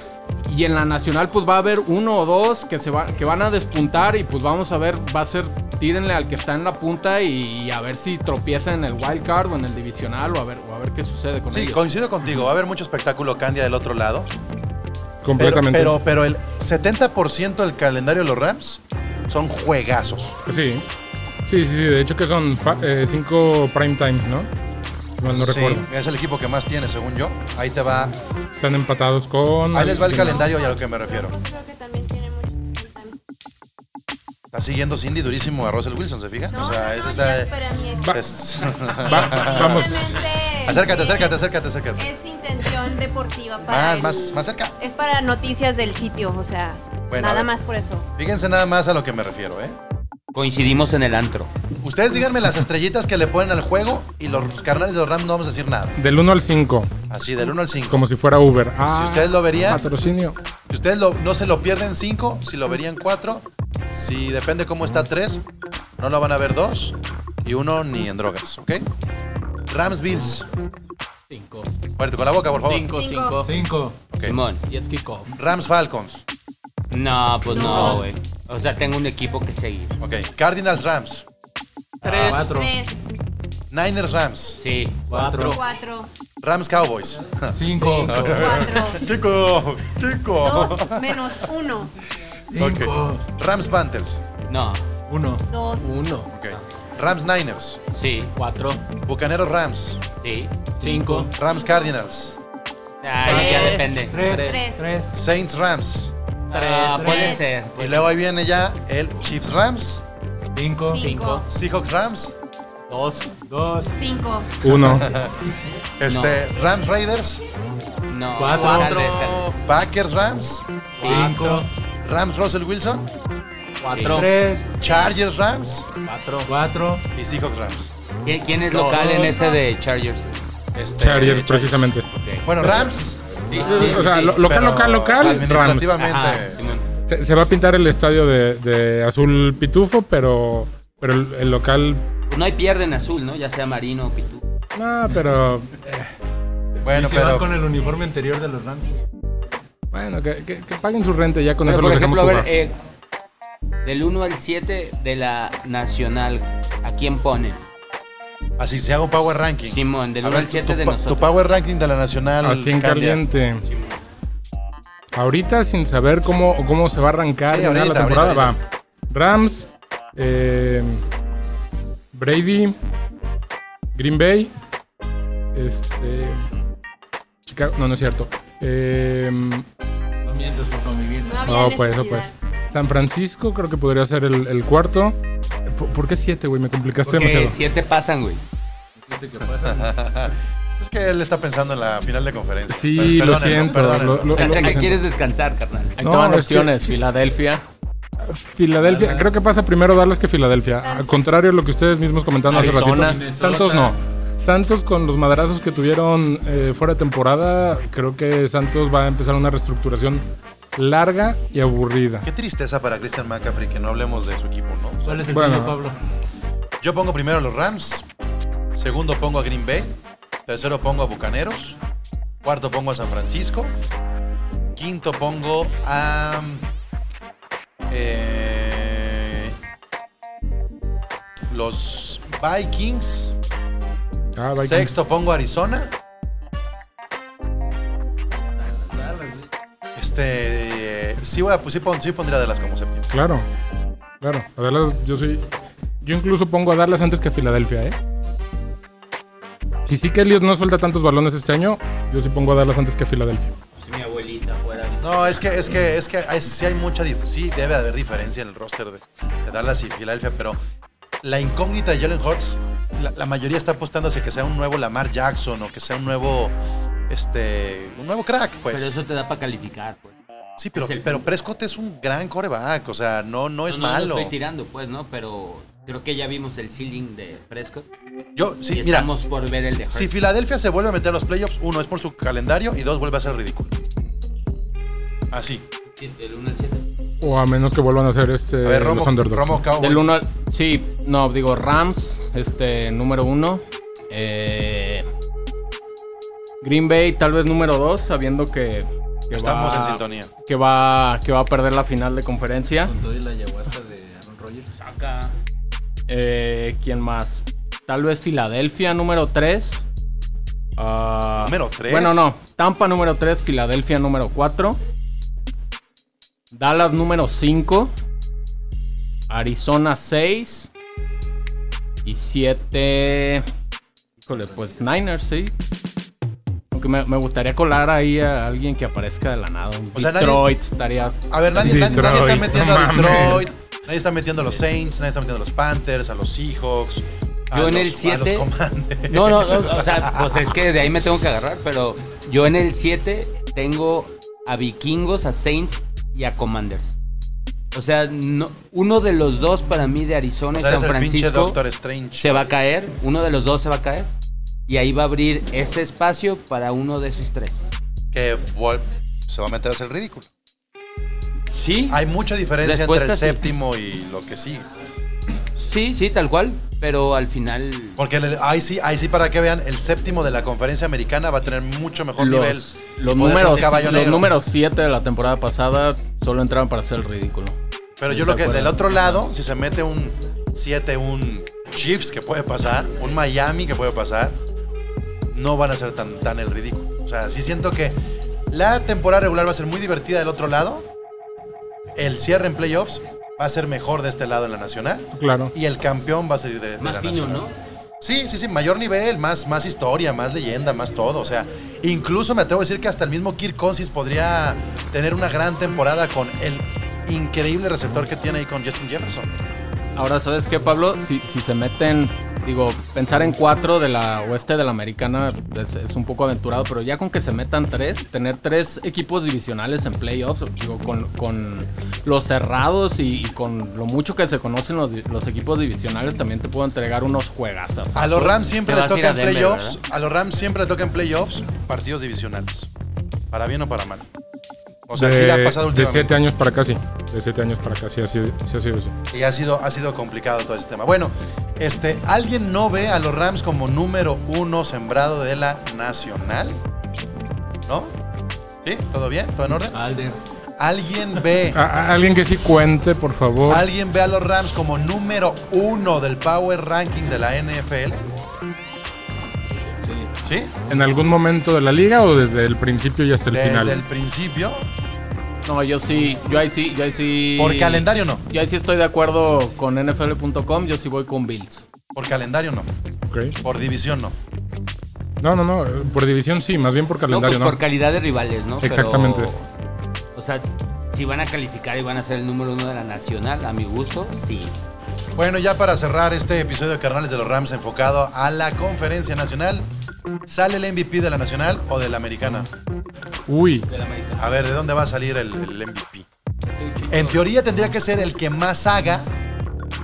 Y en la nacional, pues va a haber uno o dos que se va- que van a despuntar. Y pues vamos a ver, va a ser tírenle al que está en la punta y, a ver si tropieza en el wild card o en el divisional o a ver, o a ver qué sucede con Sí, ellos. coincido contigo. Va a haber mucho espectáculo Candia del otro lado. Pero, Completamente. pero, pero el 70% del calendario de los Rams son juegazos. Sí. Sí, sí, sí. De hecho que son fa- eh, cinco prime times, ¿no? Si mal no Sí, recuerdo. es el equipo que más tiene, según yo. Ahí te va. Están empatados con... Ahí les va el ¿quién calendario y a lo que me refiero. Broncos creo que también tiene mucho time. Está siguiendo Cindy durísimo a Russell Wilson, ¿se fijan? No, o no, sea, no, es yo esa. espero a mi ex. Va- es- Es va- *laughs* vamos. simplemente- acércate, acércate, acércate, acércate. Es intención deportiva para Más, el- más, más cerca. Es para noticias del sitio, o sea, Bueno, a nada ver. más por eso. Fíjense nada más a lo que me refiero, ¿eh? Coincidimos en el antro. Ustedes díganme las estrellitas que le ponen al juego y los carnales de los Rams no vamos a decir nada. Del 1 al 5, Así, del 1 al 5. como si fuera Uber. Ah, Si ustedes lo verían, patrocinio. si ustedes lo- no se lo pierden 5, si lo verían 4, si depende cómo está 3, no lo van a ver 2 y 1 ni en drogas, ¿ok? Rams Bills. Cinco. Fuerte con la boca, por favor. Cinco, Cinco. cinco. Cinco. Ok. Simón. Y es kickoff. Rams Falcons. No, pues no, Dos. güey. O sea, tengo un equipo que seguir. Ok. Cardinals Rams. Tres. Cuatro. Tres, Niners Rams. Sí. Cuatro. cuatro, Rams Cowboys. *laughs* Cinco. cuatro, *laughs* Chico, chico. dos, menos uno, Cinco. Rams Panthers. No. Uno. dos, Uno. Ok. Rams Niners. Sí. Cuatro. Bucaneros Rams. Sí. Cinco. Rams Cardinals. Ay, ya Tres. depende. tres, Saints Rams. Ah, Tres. puede Tres. ser. Y luego ahí viene ya el Chiefs Rams, Cinco. cinco, Seahawks Rams, Dos. Dos. cinco, *laughs* 1. este, Rams Raiders, No. Cuatro. tal vez, tal vez. Packers Rams, Cinco. Rams Russell Wilson, Cuatro. Tres. Chargers Rams Cuatro. Cuatro. y Seahawks Rams. ¿Quién, quién es local en ese de Chargers? Este, Chargers, precisamente. Bueno, Rams, Sí, O sea, lo- local, pero local, local, Rams. Administrativamente. Ajá, Simón. Se, se va a pintar el estadio de, de azul pitufo, pero, pero el, el local... Pues No hay pierde en azul, ¿no? Ya sea marino o pitú. No, pero... Bueno, y se van pero con el uniforme anterior de los Rams. Bueno, que, que- que paguen su renta y ya con Pero, eso por los dejamos ejemplo, a ver, jugar. eh, del 1 al 7 de la nacional, ¿a quién ponen? así se hago Power Ranking. Simón, del A 1 ver, al tu- 7 tu, de pa- nosotros. Tu Power Ranking de la Nacional. Así en Candia. caliente. Ahorita, sin saber cómo, cómo se va a arrancar Sí, ni nada ahorita, la temporada, ahorita, va. Rams, eh, Brady, Green Bay, este. Chicago, no, no es cierto. Eh, No mientes por convivir. No había oh, pues, oh, necesidad. pues. San Francisco, creo que podría ser el, el cuarto. ¿Por, por qué siete, güey? Me complicaste Porque demasiado. 7 pasan, güey. *laughs* Es que él está pensando en la final de conferencia. Sí, Pues, lo perdónenlo, siento. perdónenlo. lo- lo- O sea, lo- sé lo que siento. quieres descansar, carnal. Ahí No, te van es que- opciones. Filadelfia. Filadelfia, creo que pasa primero Dallas que Filadelfia. Al contrario a lo que ustedes mismos comentaron Arizona. hace ratito. Santos no. Santos con los madrazos que tuvieron eh, fuera de temporada, creo que Santos va a empezar una reestructuración larga y aburrida. Qué tristeza para Christian McCaffrey que no hablemos de su equipo, ¿no? O sea, ¿Cuál es el Bueno. tuyo, Pablo? Yo pongo primero a los Rams, segundo pongo a Green Bay, tercero pongo a Bucaneros, cuarto pongo a San Francisco, quinto pongo a... eh, los Vikings, Ah, Vikings. sexto pongo a Arizona, Este, sí, voy a, pues, sí, pon- sí pondría a Dallas como séptimo. Claro, claro. A Dallas, yo soy. Yo incluso pongo a Dallas antes que a Filadelfia, ¿eh? Si sí que Elliot no suelta tantos balones este año, yo sí pongo a Dallas antes que a Filadelfia. Si pues, mi abuelita fuera. No, es que, es que, es que hay- sí hay mucha dif- sí debe haber diferencia en el roster de, de Dallas y Filadelfia, pero la incógnita de Jalen Hurts, la, la mayoría está apostando hacia que sea un nuevo Lamar Jackson o que sea un nuevo, este, un nuevo crack, pues. Pero eso te da para calificar, pues. sí, pero, es el- pero Prescott es un gran coreback, o sea, no, no es No, no, lo malo. estoy tirando, pues, ¿no? Pero creo que ya vimos el ceiling de Prescott. Yo, y sí, mira, estamos por ver el de si Hurts. Filadelfia se vuelve a meter a los playoffs, uno, es por su calendario y dos, vuelve a ser ridículo. Así. Del uno al siete. O a menos que vuelvan a hacer este. A ver, los Romo, underdogs. Romo Cowboy. Del 1 al. Sí, no, digo Rams, este, número 1. Green Bay, tal vez número 2, sabiendo que. que Estamos va- en sintonía. Que va, que va a perder la final de conferencia. Con todo y la ayahuasca de Aaron Rodgers. Saca. Eh, ¿Quién más? Tal vez Filadelfia, número 3. Número tres. Bueno, no. Tampa, número 3. Filadelfia, número 4. Dallas, número 5. Arizona, 6. Y 7. Híjole, pues Niners, sí. Aunque me, me gustaría colar ahí a alguien que aparezca de la nada. un O sea, nadie- Detroit estaría. A ver, nadie, nadie- nadie Detroit, está metiendo no a mames. Detroit, nadie está metiendo a los Saints, nadie está metiendo a los Panthers, a los Seahawks, a, Yo en el los, a los siete- Commanders. No, *laughs* no, no, o sea, pues es que de ahí me tengo que agarrar, pero yo en el 7 tengo a vikingos, a Saints y a Commanders. O sea, no- uno de los dos para mí de Arizona O sea, y eres San el pinche Francisco Doctor Strange. se va a caer, uno de los dos se va a caer y ahí va a abrir ese espacio para uno de esos tres. Que vol- se va a meter a hacer ridículo. Sí, Hay mucha diferencia Respuesta, entre el sí. séptimo y lo que sigue. sí, sí, tal cual, pero al final Porque el- ahí sí, ahí sí para que vean, el séptimo de la conferencia americana va a tener mucho mejor nivel. Los, los y puede ser un números, caballo los negro. números 7 de la temporada pasada solo entraban para hacer el ridículo. Pero yo ¿Se lo que del acuerdan? otro lado, si se mete un 7, un Chiefs que puede pasar, un Miami que puede pasar, no van a ser tan, tan el ridículo. O sea, sí siento que la temporada regular va a ser muy divertida del otro lado. El cierre en playoffs va a ser mejor de este lado en la nacional. Claro. Y el campeón va a salir de, de más la fino, nacional. ¿no? Sí, sí, sí, mayor nivel, más, más historia, más leyenda, más todo. O sea, incluso me atrevo a decir que hasta el mismo Kirk Cousins podría tener una gran temporada con el increíble receptor que tiene ahí con Justin Jefferson. Ahora, ¿sabes qué, Pablo? Si, si se meten, digo, pensar en cuatro de la oeste de la americana es, es un poco aventurado, pero ya con que se metan tres, tener tres equipos divisionales en playoffs, digo, con, con los cerrados y, y con lo mucho que se conocen los, di- los equipos divisionales, también te puedo entregar unos juegazos. A los Rams siempre te les vas a ir toca en a Denver, playoffs. A los Rams siempre les toca en playoffs partidos divisionales. Para bien o para mal. O sea, sí le ha pasado de últimamente. siete años para acá, sí. De siete años para acá, sí ha sido, sí ha sido así. Y ha sido, ha sido complicado todo ese tema. Bueno, este, ¿alguien no ve a los Rams como número uno sembrado de la nacional? ¿No? ¿Sí? ¿Todo bien? ¿Todo en orden? Alden. ¿Alguien ve, A- a- alguien que sí cuente, por favor. alguien ve a los Rams como número uno del Power Ranking de la NFL? Sí. ¿Sí? ¿En algún momento de la liga o desde el principio y hasta el Desde final? el principio. No, yo sí, yo ahí sí, yo ahí sí. Por calendario no. Yo ahí sí estoy de acuerdo con NFL.com, yo sí voy con Bills. Por calendario no. Ok. Por división no. No, no, no. eh, Por división sí, más bien por No, pues calendario, ¿no? por calidad de rivales, ¿no? Pero, Exactamente. o sea, si van a calificar y van a ser el número uno de la nacional, a mi gusto, sí. Bueno, ya para cerrar este episodio de Carnales de los Rams enfocado a la conferencia nacional, ¿sale el MVP de la nacional o de la americana? Uy, A ver, ¿de dónde va a salir el, el MVP? En teoría tendría que ser el que más haga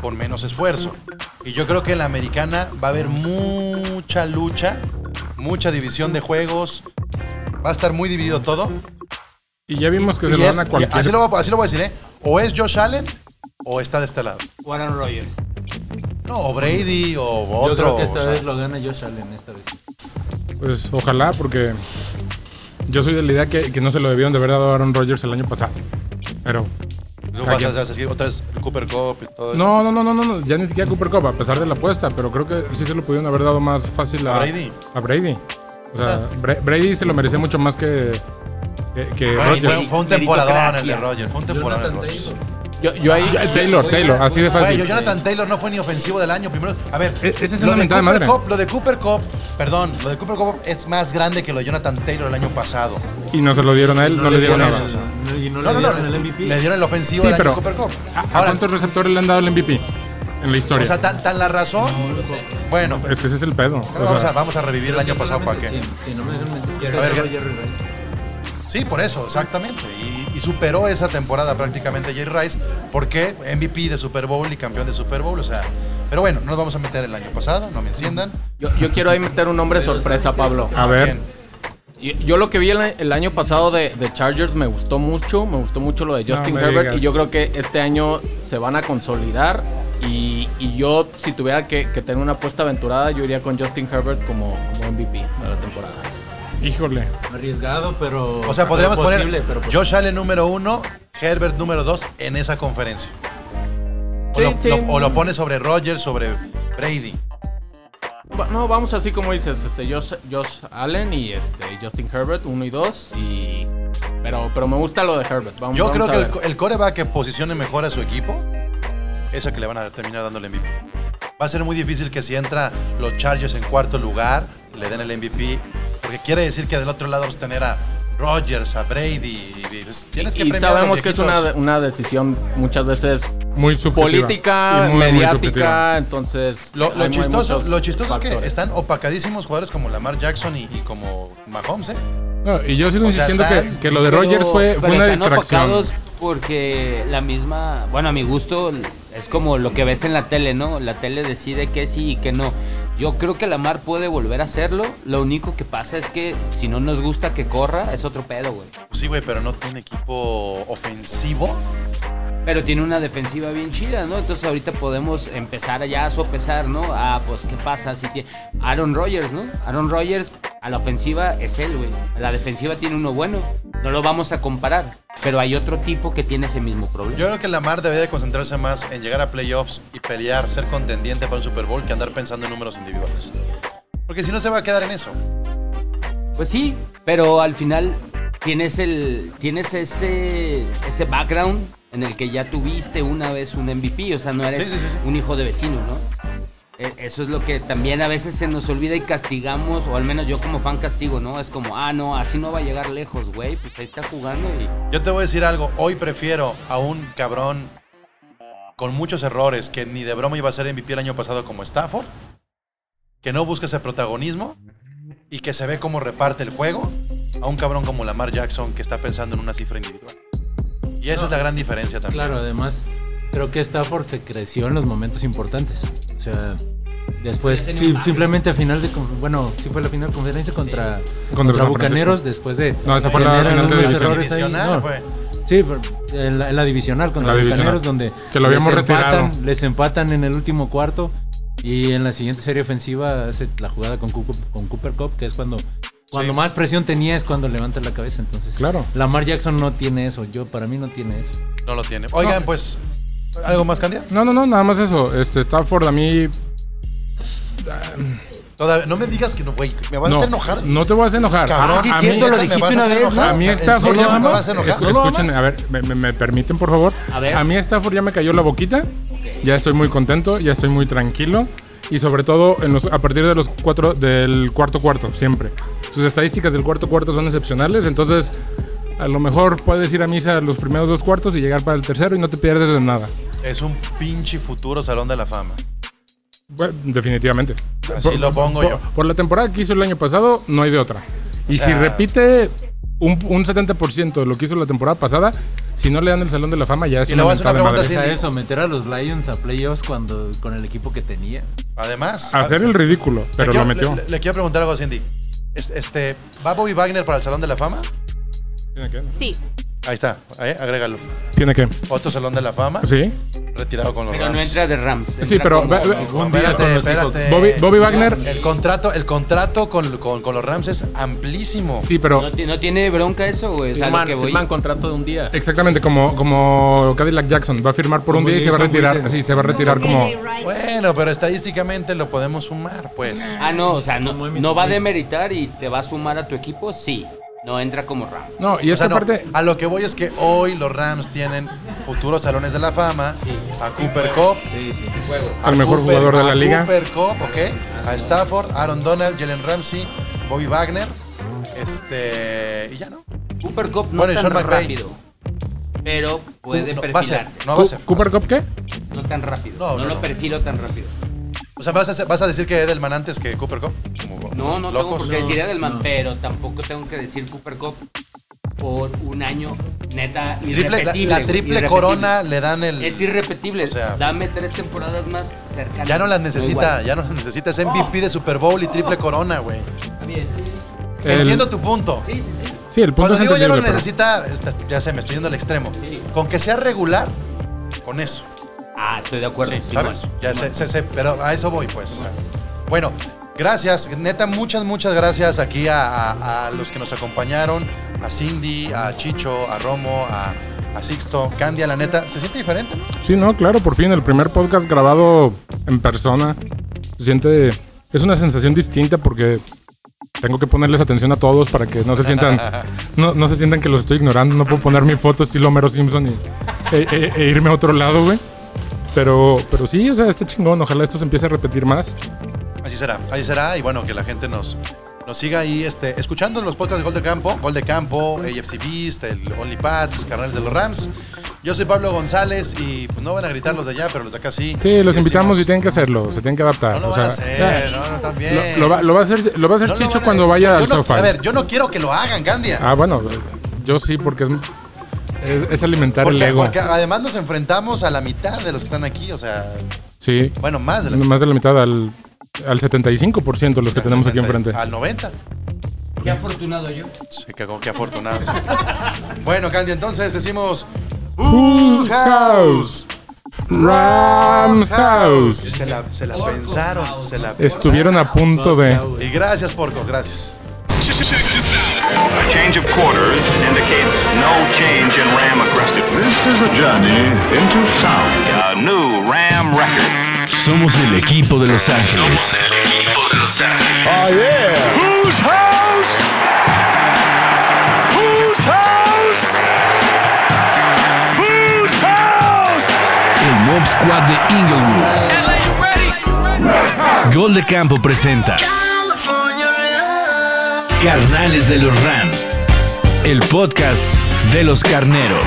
con menos esfuerzo. Y yo creo que en la americana va a haber mucha lucha, mucha división de juegos. Va a estar muy dividido todo. y ya vimos que se Y lo es- dan a y así, cualquier. lo, voy a- así lo voy a decir, ¿eh? O es Josh Allen o está de este lado. Warren Rogers. No, o Brady o otro. Yo creo que esta o sea. vez lo gana Josh Allen, esta vez. Pues ojalá, porque yo soy de la idea que, que no se lo debieron de haber dado a Aaron Rodgers el año pasado. Pero. Tú cada vas a quien. hacer así, otra vez Cooper Cup y todo eso. No, no, no, no, no, no, ya ni siquiera Cooper Cup, a pesar de la apuesta, pero creo que sí se lo pudieron haber dado más fácil a, ¿A Brady? Ah. a Brady. O sea, Bra- Brady se lo merecía mucho más que, que Que, que Fue- Rodgers. Fue, fue un temporadón el de Meritocracia. Roger. Fue un temporadón el Rodgers. Yo, yo ahí. Ya, Taylor, Taylor, así de Güey, fácil. yo- Jonathan Taylor no fue ni ofensivo del año. Primero, a ver, E- esa es lo, una de mentada de Cooper madre. Cup, lo de Cooper Cup, perdón, lo de Cooper Cup es más grande que lo de Jonathan Taylor el año pasado. Y no se lo dieron a él, no, le dieron dieron nada. eso. Y no, No, no, le no, dieron el MVP. le dieron el ofensivo Sí, del año pero Cooper Cup. ¿a, a Ahora, cuántos receptores le han dado el MVP en la historia? o sea, tan, tan la razón. Bueno, es que ese es el pedo. o vamos sea, a, vamos a revivir el año pasado para qué. Sí, sí, no me dejan mentir. A ver, Jerry ¿qué- Rice. Sí, por eso, exactamente. Y, y superó esa temporada prácticamente Jerry Rice, porque MVP de Super Bowl y campeón de Super Bowl, o sea. Pero bueno, no nos vamos a meter el año pasado, no me enciendan. Yo, yo quiero ahí meter un nombre sorpresa, Pablo. a ver, Bien. Yo, yo lo que vi el, el año pasado de, de Chargers me gustó mucho. Me gustó mucho lo de Justin me Herbert. digas. Y yo creo que este año se van a consolidar. Y, y yo, si tuviera que, que tener una apuesta aventurada, yo iría con Justin Herbert como, como MVP de la temporada. híjole. Arriesgado, pero. O sea, podríamos pero poner posible, pero pues posible. Josh Allen número uno, Herbert número dos en esa conferencia. O, Sí, lo, sí. lo- o lo pone sobre Rogers, sobre Brady. Va- No, vamos así como dices, este Josh, Josh Allen y este Justin Herbert, uno y dos y pero pero me gusta lo de Herbert. Vamos, Yo vamos creo a que el, ver. co- el coreback que posicione mejor a su equipo es el que le van a terminar dando el MVP. Va a ser muy difícil que si entra los Chargers en cuarto lugar, le den el MVP, porque quiere decir que del otro lado vas a tener a Rogers, a Brady. y- y- pues, tienes que y premiar a los sabemos que es una, viejitos. una decisión muchas veces Muy subjetiva. política, Y muy, muy subjetiva. mediática, entonces Lo, lo hay muy- chistoso, muchos lo chistoso es que factores. están opacadísimos jugadores como Lamar Jackson y, y como Mahomes, ¿eh? No, y yo sigo O sea, insistiendo están- que, que lo de Pero- Rogers fue, fue pero una están distracción. opacados porque la misma, bueno, a mi gusto es como lo que ves en la tele, ¿no? La tele decide que sí y que no. Yo creo que Lamar puede volver a hacerlo. Lo único que pasa es que si no nos gusta que corra, es otro pedo, güey. Pues Sí, güey, pero no tiene equipo ofensivo. Pero tiene una defensiva bien chila, ¿no? Entonces ahorita podemos empezar allá a sopesar, ¿no? Ah, pues qué pasa si tiene Aaron Rodgers, ¿no? Aaron Rodgers a la ofensiva es él, güey. A la defensiva tiene uno bueno. No lo vamos a comparar, pero hay otro tipo que tiene ese mismo problema. Yo creo que Lamar debería de concentrarse más en llegar a playoffs y pelear, ser contendiente para un Super Bowl que andar pensando en números individuales. Porque si no se va a quedar en eso. Pues sí, pero al final tienes el tienes ese ese background en el que ya tuviste una vez un MVP, o sea, no eres Sí, sí, sí, sí. un hijo de vecino, ¿no? E- Eso es lo que también a veces se nos olvida y castigamos, o al menos yo como fan castigo, ¿no? Es como, ah, no, así no va a llegar lejos, güey, pues ahí está jugando y... Yo te voy a decir algo, hoy prefiero a un cabrón con muchos errores que ni de broma iba a ser MVP el año pasado como Stafford, que no busca ese protagonismo y que se ve cómo reparte el juego, a un cabrón como Lamar Jackson que está pensando en una cifra individual. Y esa es la gran diferencia también. Claro, además, creo que Stafford se creció en los momentos importantes. O sea, después, sí, simplemente a final de. conf- Bueno, sí fue la final de conferencia contra, contra, San Francisco. Bucaneros, después de. No, esa fue la tener final de algunos división. errores ahí, Divisional, no. fue. Sí, pero en la, en la divisional contra La Bucaneros, divisional. donde. Que lo habíamos les empatan- retirado. Les empatan en el último cuarto. Y en la siguiente serie ofensiva hace la jugada con Cooper, con Cooper Cup, que es cuando. Cuando más presión tenía es cuando levanta la cabeza, entonces. Claro. Lamar Jackson no tiene eso. Yo para mí no tiene eso. No lo tiene. Oigan, pues, ¿algo más, Candia? No, no, no, nada más eso. Este Stafford a mí Todavía- no me digas que no, güey. Me vas a no, hacer enojar. no Ah, te voy a hacer enojar. Cabrón, a mí- a mí neta me vas a hacer enojar. A mí ¿En Stafford serio ya me me- vas a enojar? escu- Escuchen, a ver, me, me- me permiten por favor. A A, ver. mí Stafford ya me cayó la boquita. Ya estoy muy contento, ya estoy muy tranquilo. Y sobre todo en los- a partir de los cuatro, del cuarto cuarto, siempre. Sus estadísticas del cuarto cuarto son excepcionales. Entonces, a lo mejor puedes ir a misa los primeros dos cuartos y llegar para el tercero y no te pierdes de nada. Es un pinche futuro salón de la fama. Bueno, definitivamente. Así lo pongo por- yo. Por la temporada que hizo el año pasado, no hay de otra. Y sea- si repite un, un 70% de lo que hizo la temporada pasada, si no le dan el Salón de la Fama, ya es Y le voy a hacer mentada una pregunta madre. Deja Cindy. eso, meter a los Lions a playoffs cuando con el equipo que tenía. Además, Hacer el ridículo, pero le lo quiero- metió. Le, le quiero preguntar algo a Cindy. Es- Este, ¿Va Bobby Wagner para el Salón de la Fama? ¿Tiene que? Sí, Ahí está, ahí, agrégalo. ¿Tiene que? Otro Salón de la Fama, ¿Sí? retirado con los Pero no Rams. entra de Rams. Sí, entra pero como- ve- ve- No, Un día con los espérate. Bobby, Bobby Wagner, El contrato, el contrato con, con- con los Rams es amplísimo. sí, pero No, ti- no tiene bronca eso, güey. O sea, lo Firman, que voy... firman contrato de un día. exactamente como, como Cadillac Jackson. Va a firmar por un Como día y se va a Jason retirar. Witten. Sí, se va a retirar como como... K.J. Wright. Bueno, pero estadísticamente lo podemos sumar, pues. Ah, no, o sea, no, no va a demeritar y te va a sumar a tu equipo, sí. No entra como Ram. No, y O sea, esta no, parte. a lo que voy es que hoy los Rams tienen futuros salones de la fama, a Cooper Cup, Sí, sí. Al mejor Cooper- jugador de a la liga. Cooper Kupp, ok. A Stafford, Aaron Donald, Jalen Ramsey, Bobby Wagner. Este. Y ya no. Cooper Cup no Bueno, y es tan Sean McVay. rápido. Pero puede No, va a ser. perfilarse. No va a ser. ¿Cooper Cup qué? no. tan rápido. No, No, no, lo no. perfilo tan rápido. O sea, ¿vas a, vas a decir que Edelman antes que Cooper Cup? Como No, no tengo locos. por qué decir Edelman, pero tampoco tengo que decir Cooper Cup por un año neta Triple- la, irrepetible. la güey, triple irrepetible. corona le dan el. Es irrepetible. O sea- Dame tres temporadas más cercanas. Ya no las No necesita, igual. ya no las necesita. Es MVP de Super Bowl y triple corona, güey. Bien. El- Entiendo tu punto. Sí, sí, sí. Sí, el punto Cuando es digo ya no entendible, pero- necesita, esta- ya se me estoy yendo al extremo. Sí. Con que sea regular, con eso. Ah, estoy de acuerdo. Sí, Simón. ¿sabes? Ya sé, sé, sé, pero a eso voy, pues. o sea. Bueno, gracias, neta, muchas, muchas gracias aquí a, a- a los que nos acompañaron, a Cindy, a Chicho, a Romo, a, a Sixto, Candia, la neta, ¿se siente diferente? no? Sí, no, claro, por fin, el primer podcast grabado en persona. Se siente. Es una sensación distinta porque tengo que ponerles atención a todos para que no *laughs* se sientan. no, no se sientan que los estoy ignorando. No puedo poner mi foto estilo Homero Simpson y, e, e- e irme a otro lado, güey. Pero, pero sí, o sea, está chingón. Ojalá esto se empiece a repetir más. Así será, así será, y bueno, que la gente nos, nos siga ahí este, escuchando los podcasts de Gol de Campo, Gol de Campo, AFC Beast, el Only Pads, Canales de los Rams. Yo soy Pablo González y pues, no van a gritar los de allá, pero los de acá sí. Sí, los Decimos, invitamos y tienen que hacerlo. Se tienen que adaptar. No lo o van a sea, hacer, eh, no, no, también. lo, lo va, lo va a hacer, lo va a hacer No lo Chicho van a- cuando vaya Yo al no- sofá. A ver, yo no quiero que lo hagan, Gandia. Ah, bueno, yo sí, porque es, es- es alimentar porque, el ego. porque además nos enfrentamos a la mitad de los que están aquí, o sea, sí, bueno, más de la más de la mitad, al, al 75% de los que tenemos aquí enfrente. Al 90. Qué afortunado yo. Se cagó, qué afortunados. bueno, Candia, entonces decimos Whose house? Rams House. Se la, se la Porcos pensaron, House. se la Estuvieron a punto de... Y gracias, porcos, gracias. A change of quarters indicates no change in Ram aggressiveness. This is a journey into sound. A uh, new Ram record. Somos el equipo de Los Ángeles. Whose house? Whose house? Whose house? El Mob Squad de Inglewood. Gol de Campo presenta. Carnales de los Rams. El podcast de los carneros.